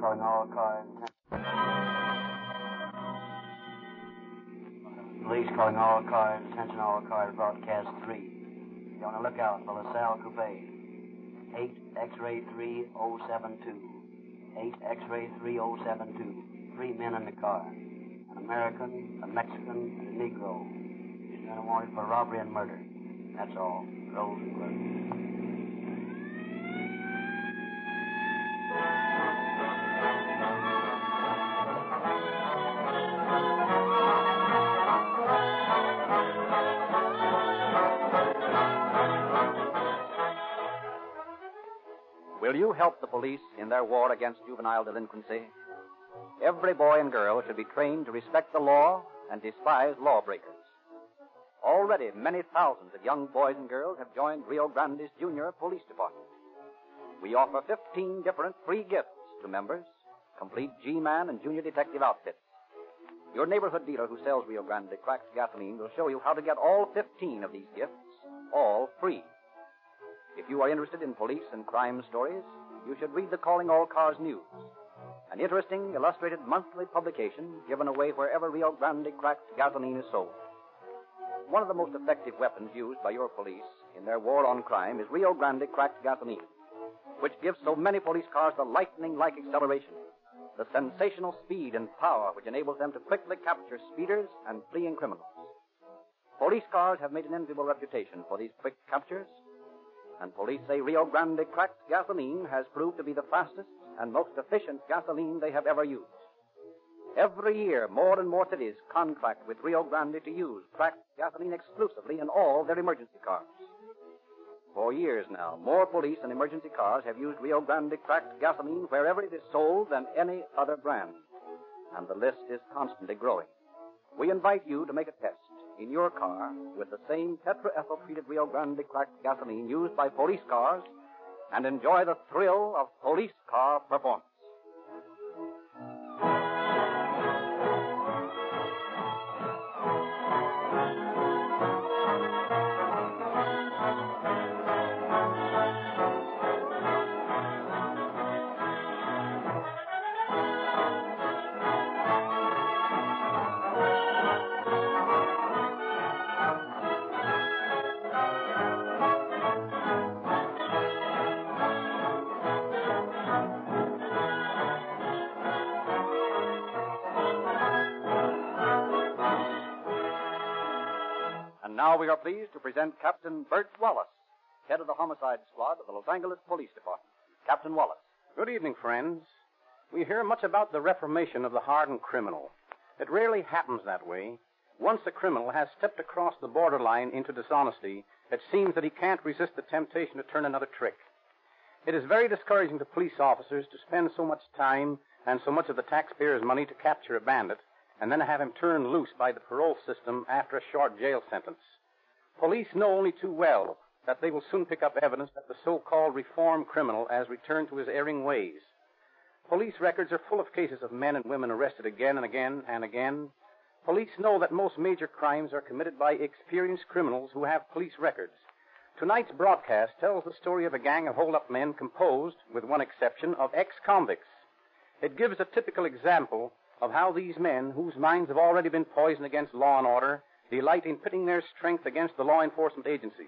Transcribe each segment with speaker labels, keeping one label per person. Speaker 1: calling all cars. Police calling all cars. Attention all cars. Broadcast 3. Be on the lookout for LaSalle Coupe. 8 X-ray 3072. 8 X-ray 3072. Three men in the car. An American, a Mexican, and a Negro. He's been wanted for robbery and murder. That's all. Rosenberg.
Speaker 2: Will you help the police in their war against juvenile delinquency? Every boy and girl should be trained to respect the law and despise lawbreakers. Already, many thousands of young boys and girls have joined Rio Grande's Junior Police Department. We offer 15 different free gifts to members, complete G-Man and Junior Detective outfits. Your neighborhood dealer who sells Rio Grande cracked gasoline will show you how to get all 15 of these gifts, all free. If you are interested in police and crime stories, you should read the Calling All Cars News, an interesting, illustrated monthly publication given away wherever Rio Grande cracked gasoline is sold. One of the most effective weapons used by your police in their war on crime is Rio Grande cracked gasoline, which gives so many police cars the lightning like acceleration, the sensational speed and power which enables them to quickly capture speeders and fleeing criminals. Police cars have made an enviable reputation for these quick captures, and police say Rio Grande cracked gasoline has proved to be the fastest and most efficient gasoline they have ever used. Every year, more and more cities contract with Rio Grande to use cracked gasoline exclusively in all their emergency cars. For years now, more police and emergency cars have used Rio Grande cracked gasoline wherever it is sold than any other brand. And the list is constantly growing. We invite you to make a test in your car with the same tetraethyl treated Rio Grande cracked gasoline used by police cars and enjoy the thrill of police car performance. And now we are pleased to present Captain Bert Wallace, head of the homicide squad of the Los Angeles Police Department. Captain Wallace.
Speaker 3: Good evening, friends. We hear much about the reformation of the hardened criminal. It rarely happens that way. Once a criminal has stepped across the borderline into dishonesty, it seems that he can't resist the temptation to turn another trick. It is very discouraging to police officers to spend so much time and so much of the taxpayers' money to capture a bandit and then have him turned loose by the parole system after a short jail sentence. Police know only too well that they will soon pick up evidence that the so-called reform criminal has returned to his erring ways. Police records are full of cases of men and women arrested again and again and again. Police know that most major crimes are committed by experienced criminals who have police records. Tonight's broadcast tells the story of a gang of hold-up men composed, with one exception, of ex-convicts. It gives a typical example of how these men, whose minds have already been poisoned against law and order, delight in pitting their strength against the law enforcement agencies.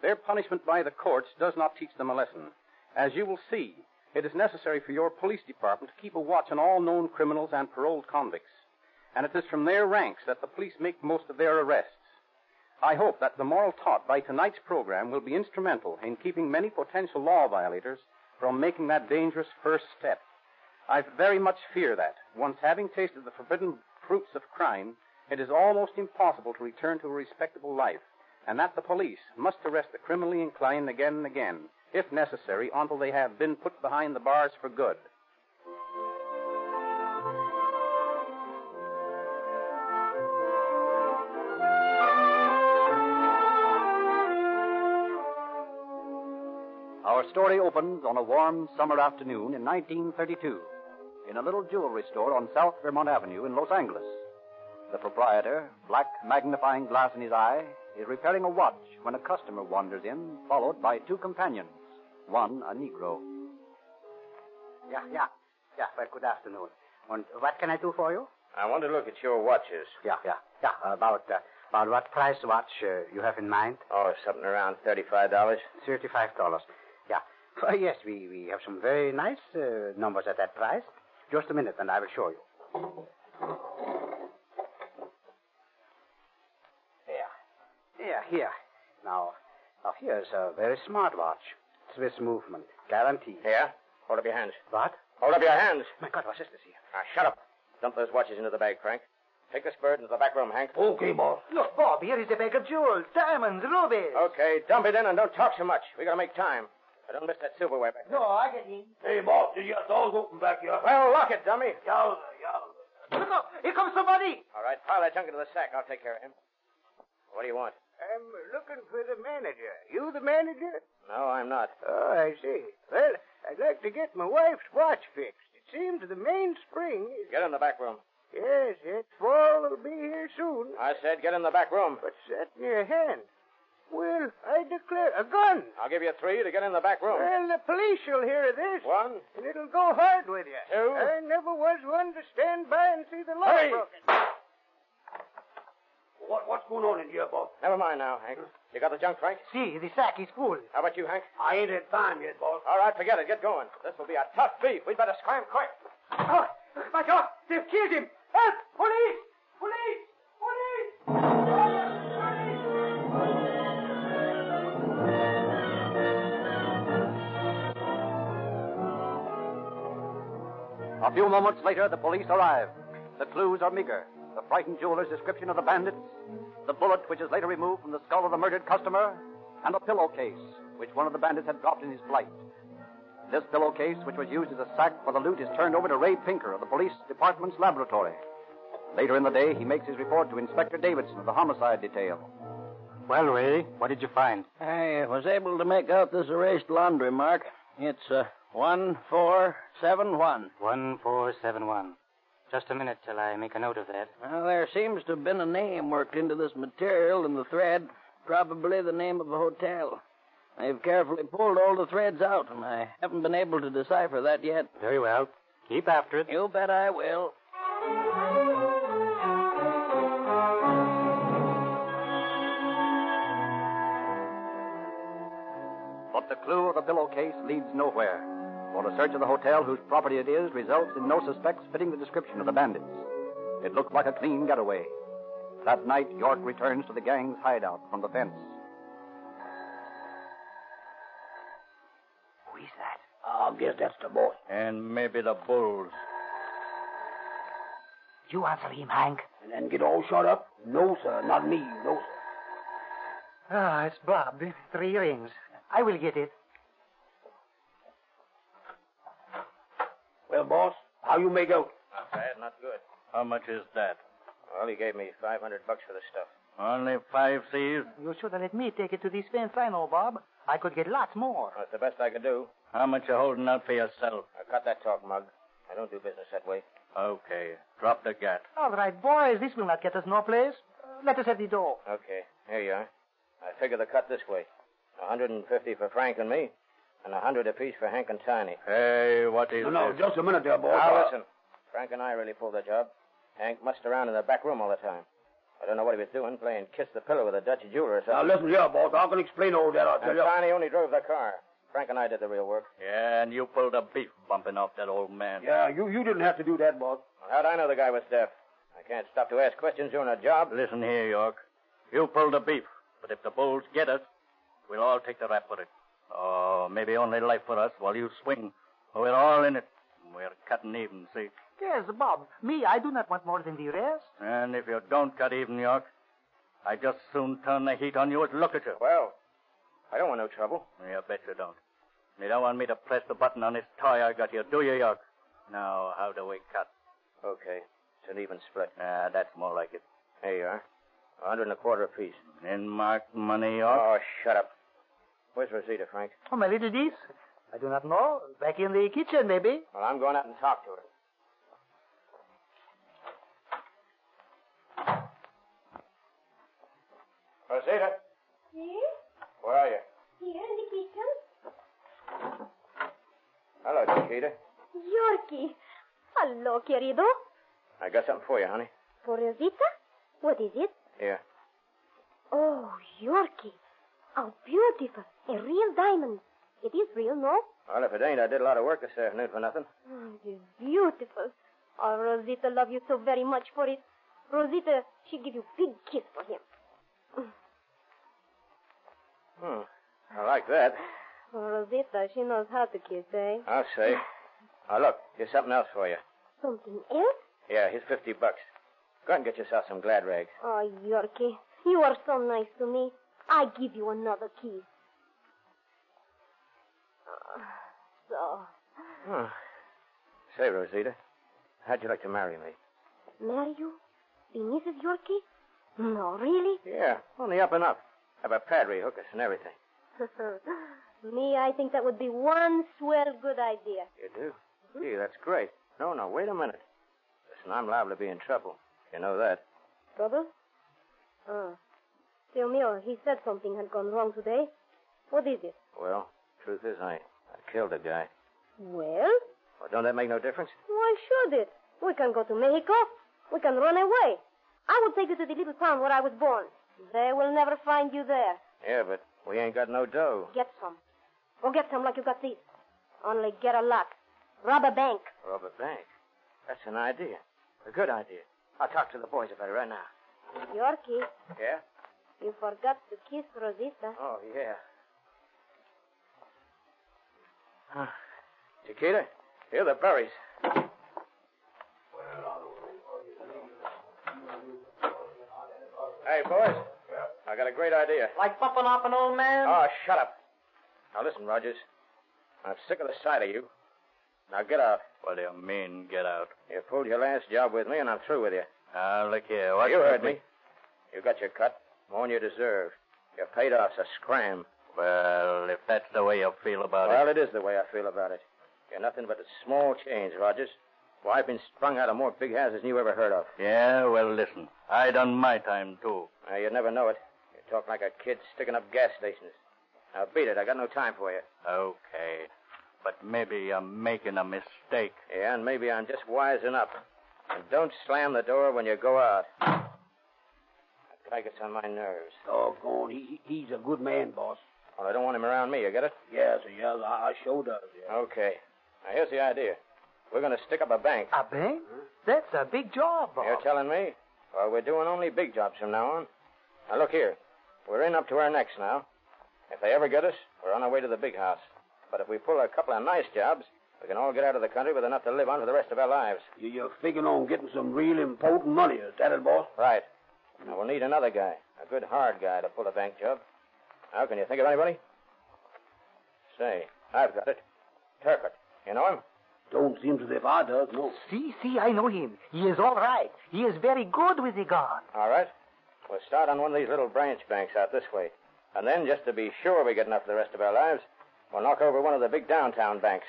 Speaker 3: Their punishment by the courts does not teach them a lesson. As you will see, it is necessary for your police department to keep a watch on all known criminals and paroled convicts. And it is from their ranks that the police make most of their arrests. I hope that the moral taught by tonight's program will be instrumental in keeping many potential law violators from making that dangerous first step. I very much fear that, once having tasted the forbidden fruits of crime, it is almost impossible to return to a respectable life, and that the police must arrest the criminally inclined again and again, if necessary, until they have been put behind the bars for good.
Speaker 2: Our story opens on a warm summer afternoon in 1932 in a little jewelry store on South Vermont Avenue in Los Angeles. The proprietor, black magnifying glass in his eye, is repairing a watch when a customer wanders in, followed by two companions, one a Negro.
Speaker 4: Yeah, yeah.
Speaker 1: Yeah, well, good afternoon. And what can I do for you?
Speaker 4: I want to look at your watches.
Speaker 1: Yeah, yeah, yeah. About uh, about what price watch uh, you have in mind?
Speaker 4: Oh, something around thirty-five dollars.
Speaker 1: Thirty-five dollars. Yeah. Well, yes, we, we have some very nice uh, numbers at that price. Just a minute, and I will show you. There. Yeah, here. Now, now here's a very smart watch. Swiss movement, guaranteed.
Speaker 4: Here, hold up your hands.
Speaker 1: What?
Speaker 4: Hold up your hands.
Speaker 1: My God, what is this here?
Speaker 4: Now, shut up. Dump those watches into the bag, Frank. Take this bird into the back room, Hank.
Speaker 1: Oh, Okay, boss. Look, Bob, here is a bag of jewels, diamonds, rubies.
Speaker 4: Okay, dump it in and don't talk so much. We gotta make time. I don't miss that silverware back.
Speaker 1: No, I get in.
Speaker 5: Hey, boss, you got doors open back here?
Speaker 4: Well, lock it, dummy.
Speaker 5: Yowza, yowza.
Speaker 1: Look out, here comes somebody.
Speaker 4: All right, pile that junk into the sack. I'll take care of him. What do you want?
Speaker 1: I'm looking for the manager. You the manager?
Speaker 4: No, I'm not.
Speaker 1: Oh, I see. Well, I'd like to get my wife's watch fixed. It seems the mainspring is.
Speaker 4: Get in the back room.
Speaker 1: Yes, that fall will be here soon.
Speaker 4: I said get in the back room.
Speaker 1: But set near hand. Well, I declare, a gun.
Speaker 4: I'll give you three to get in the back room.
Speaker 1: Well, the police will hear of this.
Speaker 4: One.
Speaker 1: And it'll go hard with you.
Speaker 4: Two.
Speaker 1: I never was one to stand by and see the law
Speaker 4: Hurry.
Speaker 1: broken.
Speaker 5: What, what's going on in here, boss?
Speaker 4: Never mind now, Hank. You got the junk, Frank?
Speaker 1: See, the sack is full.
Speaker 4: How about you, Hank?
Speaker 5: I ain't had time yet, boss.
Speaker 4: All right, forget it. Get going. This will be a tough beef. We'd better scram quick.
Speaker 1: Oh, my God, they've killed him. Help! Police! Police! Police!
Speaker 2: A few moments later, the police arrive. The clues are meager. The frightened jeweler's description of the bandits, the bullet which is later removed from the skull of the murdered customer, and a pillowcase which one of the bandits had dropped in his flight. This pillowcase, which was used as a sack for the loot, is turned over to Ray Pinker of the police department's laboratory. Later in the day, he makes his report to Inspector Davidson of the homicide detail.
Speaker 3: Well, Ray, what did you find?
Speaker 6: I was able to make out this erased laundry mark. It's uh, 1471.
Speaker 7: 1471. Just a minute till I make a note of that.
Speaker 6: Now, there seems to have been a name worked into this material in the thread, probably the name of a hotel. I've carefully pulled all the threads out, and I haven't been able to decipher that yet.
Speaker 7: Very well. Keep after it.
Speaker 6: You bet I will.
Speaker 2: But the clue of the pillowcase leads nowhere, for a search of the hotel whose property it is results in no suspects fitting the description of the bandits. It looks like a clean getaway. That night, York returns to the gang's hideout from the fence.
Speaker 1: Who is that?
Speaker 5: I guess that's the boss.
Speaker 6: And maybe the bulls.
Speaker 1: You answer him, Hank.
Speaker 5: And then get all shot up? No, sir, not me. No, sir.
Speaker 1: Ah, it's Bob. Three rings. I will get it.
Speaker 5: Well, boss, how you make out?
Speaker 4: Not bad, not good.
Speaker 6: How much is that?
Speaker 4: Well, he gave me 500 bucks for the stuff.
Speaker 6: Only five thieves?
Speaker 1: You should have let me take it to this fence I know, Bob. I could get lots more.
Speaker 4: That's the best I could do.
Speaker 6: How much you holding out for yourself?
Speaker 4: Now, cut that talk, Mug. I don't do business that way.
Speaker 6: Okay. Drop the gat.
Speaker 1: All right, boys, this will not get us no place. Uh, let us at the door.
Speaker 4: Okay, here you are. I figure the cut this way. A 150 for Frank and me, and a 100 apiece for Hank and Tiny.
Speaker 6: Hey, what is
Speaker 5: No, no, just a minute there, boss.
Speaker 4: Now,
Speaker 5: I-
Speaker 4: listen. Frank and I really pulled the job. Hank mussed around in the back room all the time. I don't know what he was doing, playing kiss the pillow with a Dutch jeweler or
Speaker 5: Now,
Speaker 4: something.
Speaker 5: listen here, boss. I can explain all that, I tell
Speaker 4: and
Speaker 5: you.
Speaker 4: Tiny only drove the car. Frank and I did the real work.
Speaker 6: Yeah, and you pulled a beef bumping off that old man.
Speaker 5: Yeah, you, you didn't have to do that, boss.
Speaker 4: Well, how'd I know the guy was deaf? I can't stop to ask questions during a job.
Speaker 6: Listen here, York. You pulled a beef, but if the bulls get us, we'll all take the rap for it. Oh, maybe only life for us while you swing. We're all in it. We're cutting even, see?
Speaker 1: Yes, Bob. Me, I do not want more than the rest.
Speaker 6: And if you don't cut even, York, I just soon turn the heat on you and look at you.
Speaker 4: Well, I don't want no trouble.
Speaker 6: You bet you don't. You don't want me to press the button on this toy I got here, do you, York? Now, how do we cut?
Speaker 4: Okay. It's an even split.
Speaker 6: Ah, that's more like it.
Speaker 4: Here you are. A hundred and a quarter apiece.
Speaker 6: In marked money, York?
Speaker 4: Oh, shut up. Where's Rosita, Frank?
Speaker 1: Oh, my little niece. I do not know. Back in the kitchen, maybe.
Speaker 4: Well, I'm going out and talk to her. Rosita,
Speaker 8: Here?
Speaker 4: where are you?
Speaker 8: Here in the kitchen?
Speaker 4: Hello, Chiquita.
Speaker 8: Yorkie. Hello, querido.
Speaker 4: I got something for you, honey.
Speaker 8: Porosita? What is it?
Speaker 4: Here.
Speaker 8: Oh, Yorkie. How beautiful. A real diamond. It is real, no?
Speaker 4: Well, if it ain't, I did a lot of work this afternoon for nothing.
Speaker 8: Oh, it is beautiful. Oh, Rosita love you so very much for it. Rosita, she give you big kiss for him.
Speaker 4: Hmm. I like that.
Speaker 8: Oh, Rosita, she knows how to kiss, eh?
Speaker 4: I'll say. Now, look, here's something else for you.
Speaker 8: Something else?
Speaker 4: Yeah, here's 50 bucks. Go and get yourself some glad rags.
Speaker 8: Oh, Yorkie, you are so nice to me. I give you another kiss. Ah, So,
Speaker 4: Hmm. Say, Rosita, how'd you like to marry me?
Speaker 8: marry you? Be Mrs. Yorkie? No, really?
Speaker 4: Yeah, on the up and up. Have a padre, hookers, and everything.
Speaker 8: me, I think that would be one swell good idea.
Speaker 4: You do? Gee, that's great. No, no, wait a minute. Listen, I'm liable to be in trouble. You know that.
Speaker 8: Trouble? Oh. Tell me, oh, he said something had gone wrong today. What is it?
Speaker 4: Well, truth is, I, I killed a guy.
Speaker 8: Well,
Speaker 4: Well, don't that make no difference?
Speaker 8: why should it? We can go to Mexico. We can run away. I will take you to the little town where I was born. They will never find you there.
Speaker 4: Yeah, but we ain't got no dough.
Speaker 8: Get some. Go get some like you got these. Only get a lot. Rob a bank.
Speaker 4: Robert Bank. That's an idea. A good idea. I'll talk to the boys about it right now.
Speaker 8: Yorkie,
Speaker 4: Yeah?
Speaker 8: you forgot to kiss Rosita.
Speaker 4: Oh, yeah. Huh. Chiquita, here are the berries. Hey, boys. I got a great idea.
Speaker 7: Like bumping off an old man?
Speaker 4: Oh, shut up. Now listen, Rogers. I'm sick of the sight of you. Now get out.
Speaker 6: What do you mean, get out?
Speaker 4: You pulled your last job with me, and I'm through with you.
Speaker 6: Ah, look here. What
Speaker 4: you heard me. You got your cut. More'n you deserve. You're paid off, so scram.
Speaker 6: Well, if that's the way you feel about
Speaker 4: well, it is the way I feel about it. You're nothing but a small change, Rogers. Well, I've been sprung out of more big houses than you ever heard of.
Speaker 6: it. Yeah, well, listen. I done my time, too.
Speaker 4: Now, you'd never know it. You talk like a kid sticking up gas stations. Now, beat it. I got no time for you.
Speaker 6: Okay. But maybe I'm making a mistake.
Speaker 4: Yeah, and maybe I'm just wising up. And don't slam the door when you go out. That guy gets on my nerves.
Speaker 5: Doggone, he, he- he's a good man, boss.
Speaker 4: Well, I don't want him around me. You get it?
Speaker 5: Yes, yes, I, I sure does. Yeah.
Speaker 4: Okay. Now, here's the idea. We're going to stick up a bank.
Speaker 7: A
Speaker 1: Eh?
Speaker 7: bank? That's a big job,
Speaker 4: You're telling me? Well, we're doing only big jobs from now on. Now, look here. We're in up to our necks now. If they ever get us, we're on our way to the big house. But if we pull a couple of nice jobs, we can all get out of the country with enough to live on for the rest of our lives.
Speaker 5: You, you're figuring on getting some real important money, is that it, boss?
Speaker 4: Right. Now, we'll need another guy, a good hard guy to pull a bank job. Now, can you think of anybody? Say, I've got it. Turpin. You know him?
Speaker 5: Don't seem as if I does, no.
Speaker 7: See, see, I know him. He is all right. He is very good with the gun.
Speaker 4: All right. We'll start on one of these little branch banks out this way. And then, just to be sure we get enough for the rest of our lives, we'll knock over one of the big downtown banks.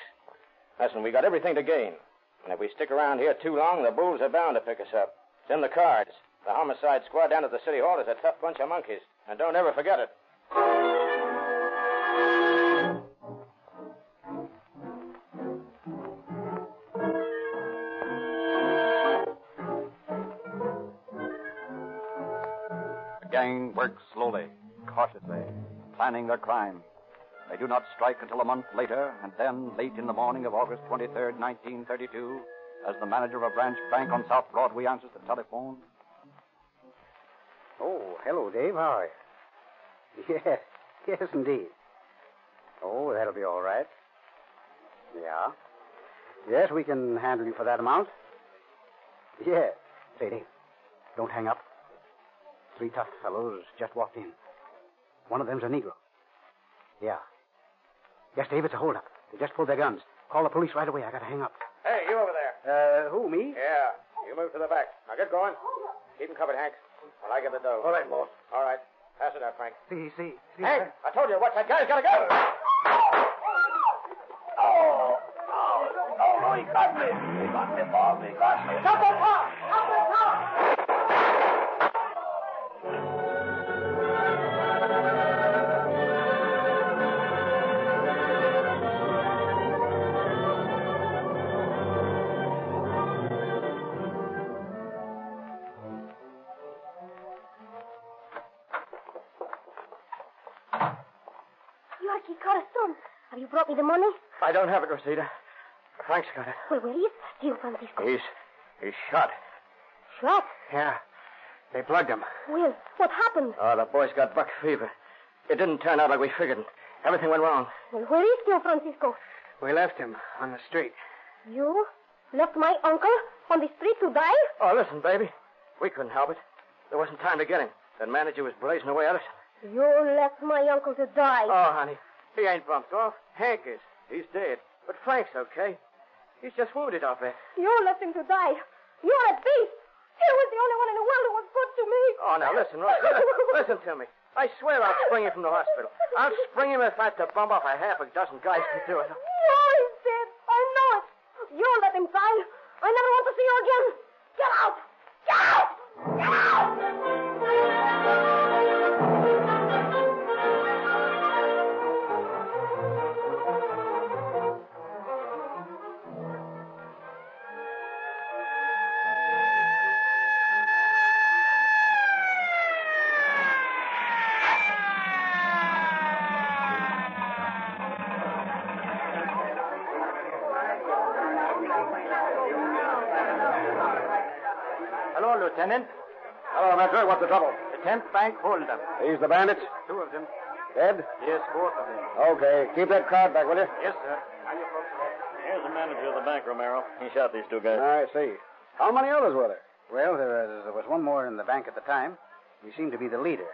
Speaker 4: Listen, we got everything to gain. And if we stick around here too long, the bulls are bound to pick us up. It's in the cards. The homicide squad down at the city hall is a tough bunch of monkeys. And don't ever forget it.
Speaker 2: The gang works slowly, cautiously, planning their crime. They do not strike until a month later, and then, late in the morning of August 23rd, 1932, as the manager of a branch bank on South Broadway answers the telephone,
Speaker 7: Oh, hello, Dave. How are you? Yes, yes, indeed. Oh, that'll be all right. Yeah. Yes, we can handle you for that amount. Yeah. Say, Dave, don't hang up. Three tough fellows just walked in. One of them's a Negro. Yeah. Yes, Dave, it's a holdup. They just pulled their guns. Call the police right away. I gotta hang up.
Speaker 4: Hey, you over there.
Speaker 7: Uh, who, me?
Speaker 4: Yeah. You move to the back. Now get going. Keep 'em covered, Hank. While I get the dough. All right, boss. All right. Pass it out, Frank.
Speaker 7: See, see, see.
Speaker 4: Hank, I told you, watch that guy. He's got a gun.
Speaker 5: Oh, oh, oh, no, he got me. He got me, boss, he got me. Stop that car! Stop that car!
Speaker 8: Yorkie Corazon, have you brought me the money?
Speaker 4: I don't have it, Rosita. Frank's got it.
Speaker 8: Well, where is Gio Francisco?
Speaker 4: He's he's shot.
Speaker 8: Shot?
Speaker 4: Yeah. They plugged him.
Speaker 8: Well, what happened?
Speaker 4: Oh, the boy's got buck fever. It didn't turn out like we figured. Everything went wrong.
Speaker 8: Well, where is Gio Francisco?
Speaker 4: We left him on the street.
Speaker 8: You left my uncle on the street to die?
Speaker 4: Oh, listen, baby. We couldn't help it. There wasn't time to get him. That manager was blazing away at us.
Speaker 8: You left my uncle to die.
Speaker 4: Oh, honey, he ain't bumped off. Hank is. He's dead. But Frank's okay. He's just wounded off there.
Speaker 8: You left him to die. You're a thief. He was the only one in the world who was good to me.
Speaker 4: Oh, now listen, Rosita. listen to me. I swear I'll spring him from the hospital. I'll spring him if I have to bump off a half a dozen guys to do it.
Speaker 8: No, he's dead. I know it. Oh, You let him die. I never want to see you again. Get out. Get out. Get out.
Speaker 4: Hello, Lieutenant.
Speaker 7: Hello, Major. What's the trouble?
Speaker 4: The 10th Bank holdup.
Speaker 7: These the bandits?
Speaker 4: Two of them.
Speaker 7: Dead?
Speaker 4: Yes, both of them.
Speaker 7: Okay. Keep that card back, will you?
Speaker 4: Yes, sir.
Speaker 6: Here's the manager of the bank, Romero. He shot these two guys.
Speaker 7: I see. How many others were there?
Speaker 9: Well, there, uh, there was one more in the bank at the time. He seemed to be the leader.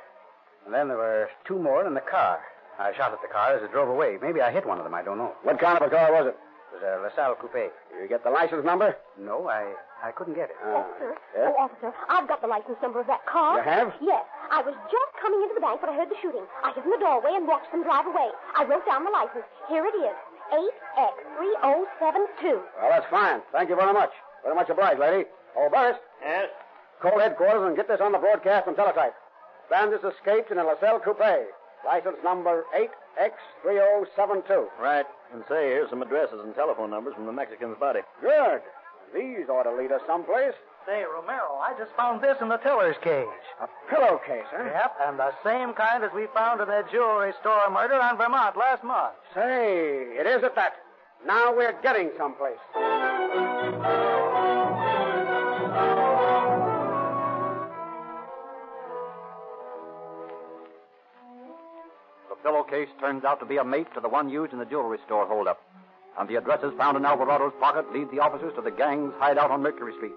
Speaker 9: And then there were two more in the car. I shot at the car as it drove away. Maybe I hit one of them. I don't know.
Speaker 7: What kind of a car was it?
Speaker 9: It was a LaSalle coupe.
Speaker 7: You get the license number? Uh,
Speaker 9: No, I, I couldn't get it.
Speaker 8: Officer,
Speaker 7: yes?
Speaker 8: oh, officer, I've got the license number of that car.
Speaker 7: You have?
Speaker 8: Yes. I was just coming into the bank when I heard the shooting. I hid in the doorway and watched them drive away. I wrote down the license. Here it is. 8X3072.
Speaker 7: Well, that's fine. Thank you very much. Very much obliged, lady. Oh, Burris,
Speaker 4: Yes?
Speaker 7: call headquarters and get this on the broadcast and teletype. Bandits escaped in a LaSalle coupe. License number 8X3072.
Speaker 6: Right. And say, here's some addresses and telephone numbers from the Mexican's body.
Speaker 7: Good. These ought to lead us someplace.
Speaker 10: Say, Romero, I just found this in the teller's cage.
Speaker 7: A pillowcase, huh?
Speaker 10: Yep, and the same kind as we found in that jewelry store murder on Vermont last month.
Speaker 7: Say, it is at that. Now we're getting someplace.
Speaker 2: The pillowcase turns out to be a mate to the one used in the jewelry store holdup. And the addresses found in Alvarado's pocket lead the officers to the gang's hideout on Mercury Street.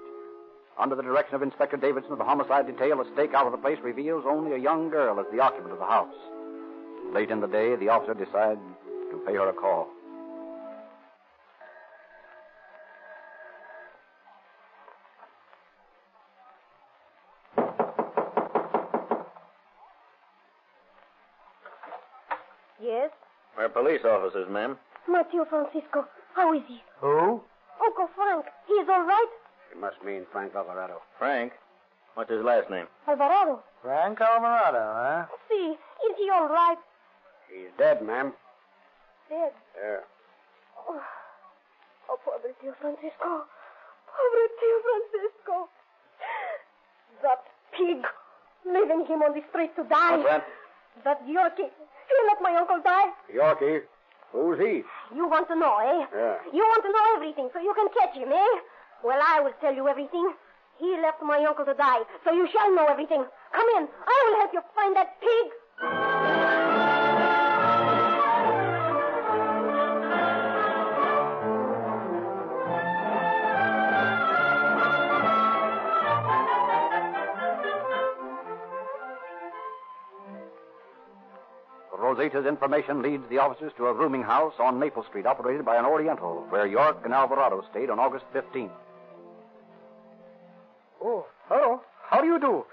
Speaker 2: Under the direction of Inspector Davidson of the homicide detail, a stakeout of the place reveals only a young girl as the occupant of the house. Late in the day, the officer decides to pay her a call.
Speaker 8: Yes?
Speaker 6: We're police officers, ma'am.
Speaker 8: Mateo Francisco, how is he?
Speaker 10: Who?
Speaker 8: Uncle Frank, he is all right?
Speaker 7: You must mean Frank Alvarado.
Speaker 6: Frank. What's his last name?
Speaker 8: Alvarado,
Speaker 10: Frank Alvarado, huh?
Speaker 8: see, is he all right?
Speaker 7: He's dead, ma'am. Uh,
Speaker 8: Dead.
Speaker 7: Yeah.
Speaker 8: Oh, oh pobre tio Francisco. Pobre tio Francisco. That pig, leaving him on the street to die.
Speaker 6: What's that?
Speaker 8: That Yorkie, he let my uncle die.
Speaker 7: Yorkie, who's he? Uh,
Speaker 8: You want to know, eh?
Speaker 7: Yeah.
Speaker 8: You want to know everything so you can catch him, eh? Well, I will tell you everything. He left my uncle to die, so you shall know everything. Come in. I will help you find that pig.
Speaker 2: Rosita's information leads the officers to a rooming house on Maple Street operated by an Oriental, where York and Alvarado stayed on August 15th.
Speaker 10: Oh, hello. How do you do?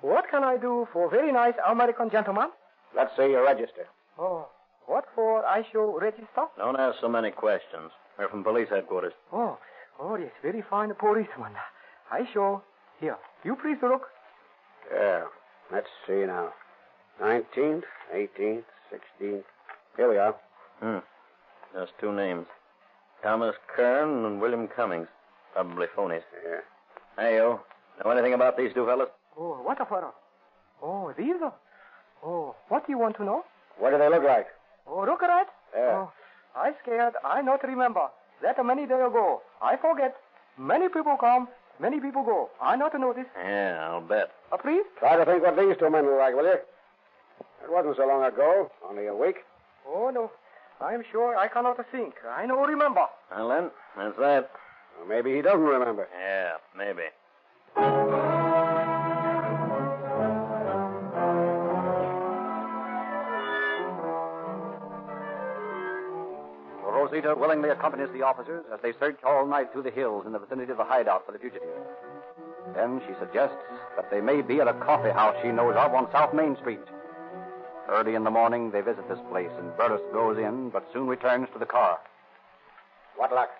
Speaker 10: What can I do for very nice American gentleman?
Speaker 7: Let's see your register.
Speaker 10: Oh, what for I show register?
Speaker 6: Don't ask so many questions. We're from police headquarters.
Speaker 10: Oh, oh, yes, very fine policeman. I show. Here, you please look.
Speaker 7: Yeah. Let's see now. 19th, 18th, 16th. Here we are.
Speaker 6: Hmm. Just two names. Thomas Kern and William Cummings. Probably phonies.
Speaker 7: Yeah.
Speaker 6: Hey, you. Know anything about these two fellas?
Speaker 10: Oh, what a fellow. Oh, these are. Oh, what do you want to know?
Speaker 7: What do they look like?
Speaker 10: Oh, look at that.
Speaker 4: Yeah.
Speaker 10: Oh, I scared. I not remember. That many day ago. I forget. Many people come, many people go. I not notice.
Speaker 6: Yeah, I'll bet.
Speaker 10: Uh, please?
Speaker 7: Try to think what these two men were like, will you? It wasn't so long ago, only a week.
Speaker 10: Oh, no. I'm sure I cannot think. I no remember.
Speaker 6: Well, then, that's that.
Speaker 7: Or maybe he doesn't remember.
Speaker 6: Yeah, maybe.
Speaker 2: Rosita willingly accompanies the officers as they search all night through the hills in the vicinity of the hideout for the fugitive. Then she suggests that they may be at a coffee house she knows of on South Main Street. Early in the morning, they visit this place, and Burris goes in, but soon returns to the car.
Speaker 7: What luck?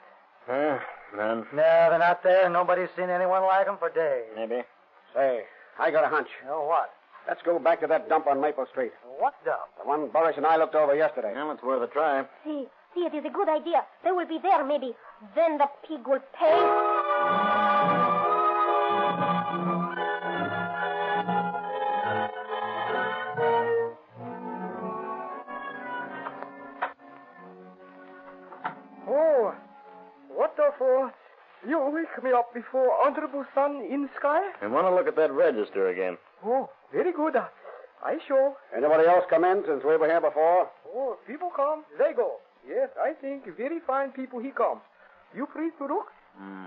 Speaker 6: Huh? None.
Speaker 10: No, they're not there. Nobody's seen anyone like them for days.
Speaker 6: Maybe.
Speaker 7: Say, I got a hunch.
Speaker 10: Oh, what?
Speaker 7: Let's go back to that dump on Maple Street.
Speaker 10: What the?
Speaker 7: The one Boris and I looked over yesterday.
Speaker 6: Well, it's worth a try.
Speaker 8: See, see, it is a good idea. They will be there, maybe. Then the pig will pay.
Speaker 10: Oh, what the for? You wake me up before honorable sun in sky?
Speaker 6: We want to look at that register again.
Speaker 10: Oh, very good. I show.
Speaker 7: Anybody else come in since we were here before?
Speaker 10: Oh, people come, they go. Yes, I think very fine people he comes. You please to look?
Speaker 6: Hmm.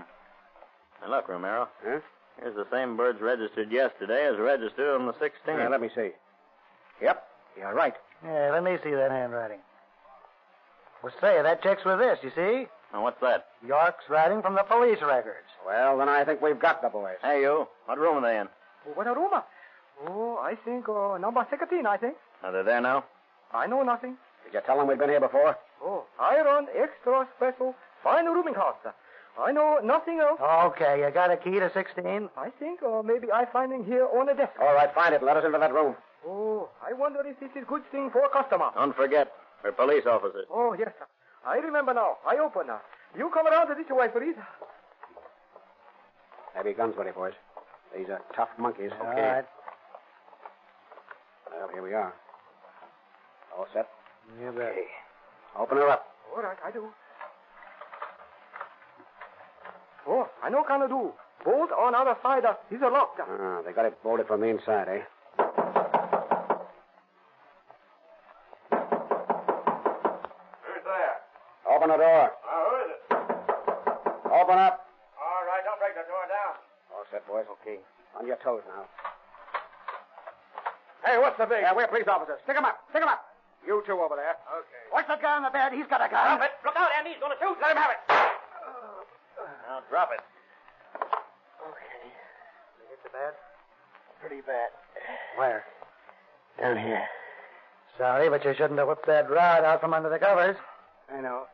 Speaker 6: Now, look, Romero.
Speaker 7: Huh?
Speaker 6: Here's the same birds registered yesterday as registered on the 16th.
Speaker 7: Yeah, let me see. Yep, you're right.
Speaker 10: Yeah, let me see that handwriting. Well, say, that checks with this, you see?
Speaker 6: Now, what's that?
Speaker 10: York's writing from the police records.
Speaker 7: Well, then I think we've got the boys.
Speaker 6: Hey, you. What room are they in?
Speaker 10: What a rumor. Oh, I think uh, number 16, I think.
Speaker 6: Are they there now?
Speaker 10: I know nothing.
Speaker 7: Did you tell them we've been here before?
Speaker 10: Oh, I run extra special fine rooming house. I know nothing else. Okay, you got a key to 16? I think, or maybe I finding here on the desk.
Speaker 7: All right, find it. Let us into that room.
Speaker 10: Oh, I wonder if this is good thing for customer.
Speaker 6: Don't forget, we're police officers.
Speaker 10: Oh, yes, sir. I remember now. I open now. You come around this way, please.
Speaker 7: Heavy guns ready, boys. These are tough monkeys. Okay. All right. Well, here we are. All set? You bet. Okay. Open her up.
Speaker 10: All right, I do. Oh, I know can I do. Bolt on other side uh, is a lock.
Speaker 7: Ah, they got it bolted from the inside, eh?
Speaker 5: Who's there?
Speaker 7: Open the door.
Speaker 5: Now, Uh, who is it?
Speaker 7: Open up.
Speaker 5: All right, don't break the door down.
Speaker 7: All set, boys. Okay. On your toes now.
Speaker 10: Hey, what's the big?
Speaker 7: Yeah, we're police officers. Stick 'em up. Stick 'em up. You two over there.
Speaker 5: Okay.
Speaker 7: What's that guy on the bed? He's got a gun.
Speaker 5: it. Look out, Andy. He's going to shoot. Let him have it.
Speaker 6: Now, drop it.
Speaker 10: Oh, pretty bad.
Speaker 7: Where? Down here.
Speaker 10: Sorry, but you shouldn't have whipped that rod out from under the covers.
Speaker 7: I know.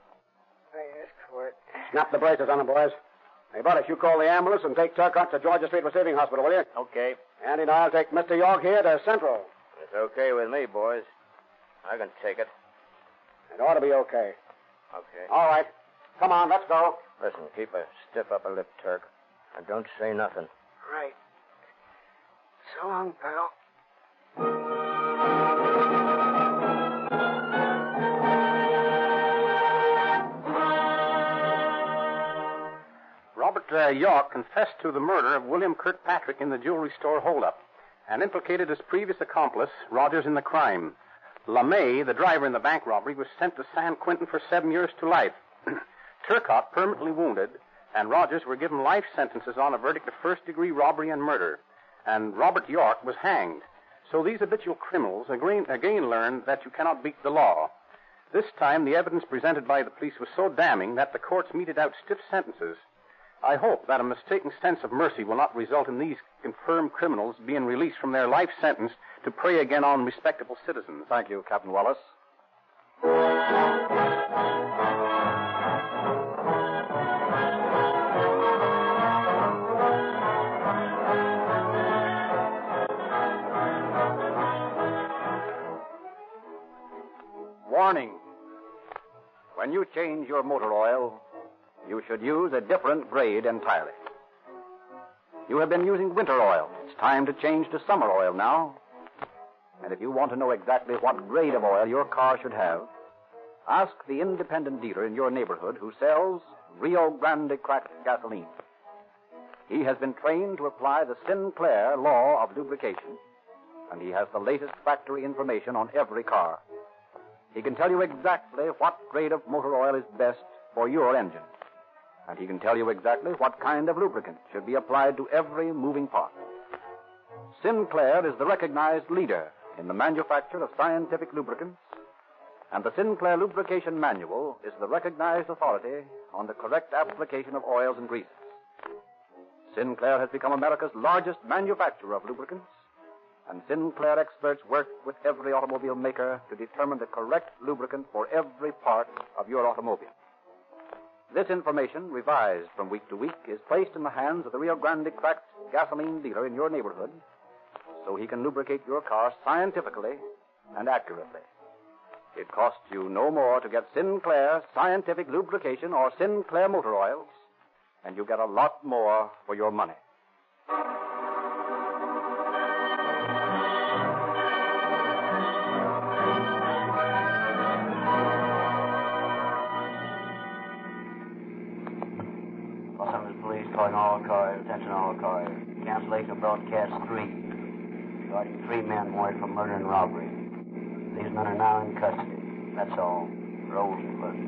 Speaker 10: I asked for it.
Speaker 7: Snap the braces on him, boys. Hey, Butters, you call the ambulance and take Turcotte to Georgia Street Receiving Hospital, will you?
Speaker 6: Okay.
Speaker 7: Andy and I'll take Mr. York here to Central.
Speaker 4: It's okay with me, boys. I can take it.
Speaker 7: It ought to be okay.
Speaker 4: Okay.
Speaker 7: All right. Come on, let's go.
Speaker 4: Listen, keep a stiff upper lip, Turk. And don't say nothing.
Speaker 10: Right. So long, pal.
Speaker 3: Robert uh, York confessed to the murder of William Kirkpatrick in the jewelry store holdup and implicated his previous accomplice, Rogers, in the crime. LeMay, the driver in the bank robbery, was sent to San Quentin for seven years to life. Turcotte, permanently wounded, and Rogers were given life sentences on a verdict of first degree robbery and murder. And Robert York was hanged. So these habitual criminals again, again learned that you cannot beat the law. This time, the evidence presented by the police was so damning that the courts meted out stiff sentences. I hope that a mistaken sense of mercy will not result in these confirmed criminals being released from their life sentence to prey again on respectable citizens.
Speaker 2: Thank you, Captain Wallace. Warning. When you change your motor oil, you should use a different grade entirely. You have been using winter oil. It's time to change to summer oil now. And if you want to know exactly what grade of oil your car should have, Ask the independent dealer in your neighborhood who sells Rio Grande cracked gasoline. He has been trained to apply the Sinclair law of lubrication, and he has the latest factory information on every car. He can tell you exactly what grade of motor oil is best for your engine, and he can tell you exactly what kind of lubricant should be applied to every moving part. Sinclair is the recognized leader in the manufacture of scientific lubricants, and the Sinclair Lubrication Manual is the recognized authority on the correct application of oils and greases. Sinclair has become America's largest manufacturer of lubricants, and Sinclair experts work with every automobile maker to determine the correct lubricant for every part of your automobile. This information, revised from week to week, is placed in the hands of the Rio Grande cracked gasoline dealer in your neighborhood so he can lubricate your car scientifically and accurately. It costs you no more to get Sinclair Scientific Lubrication or Sinclair Motor Oils, and you get a lot more for your money.
Speaker 1: Los Angeles Police calling all cars, attention all cars. Cancellation of broadcast three. Regarding three men wanted for murder and robbery. These men are now in custody. That's all. Rolls and books.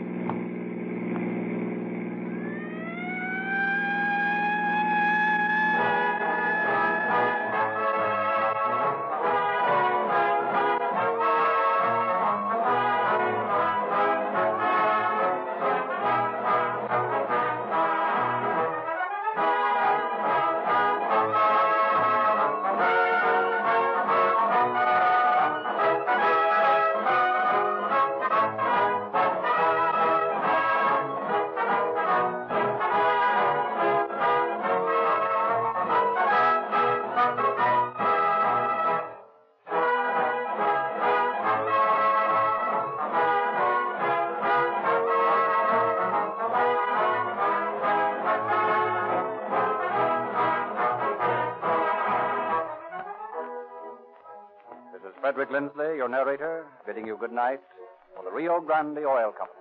Speaker 2: This is Frederick Lindsley, your narrator, bidding you good night for the Rio Grande Oil Company.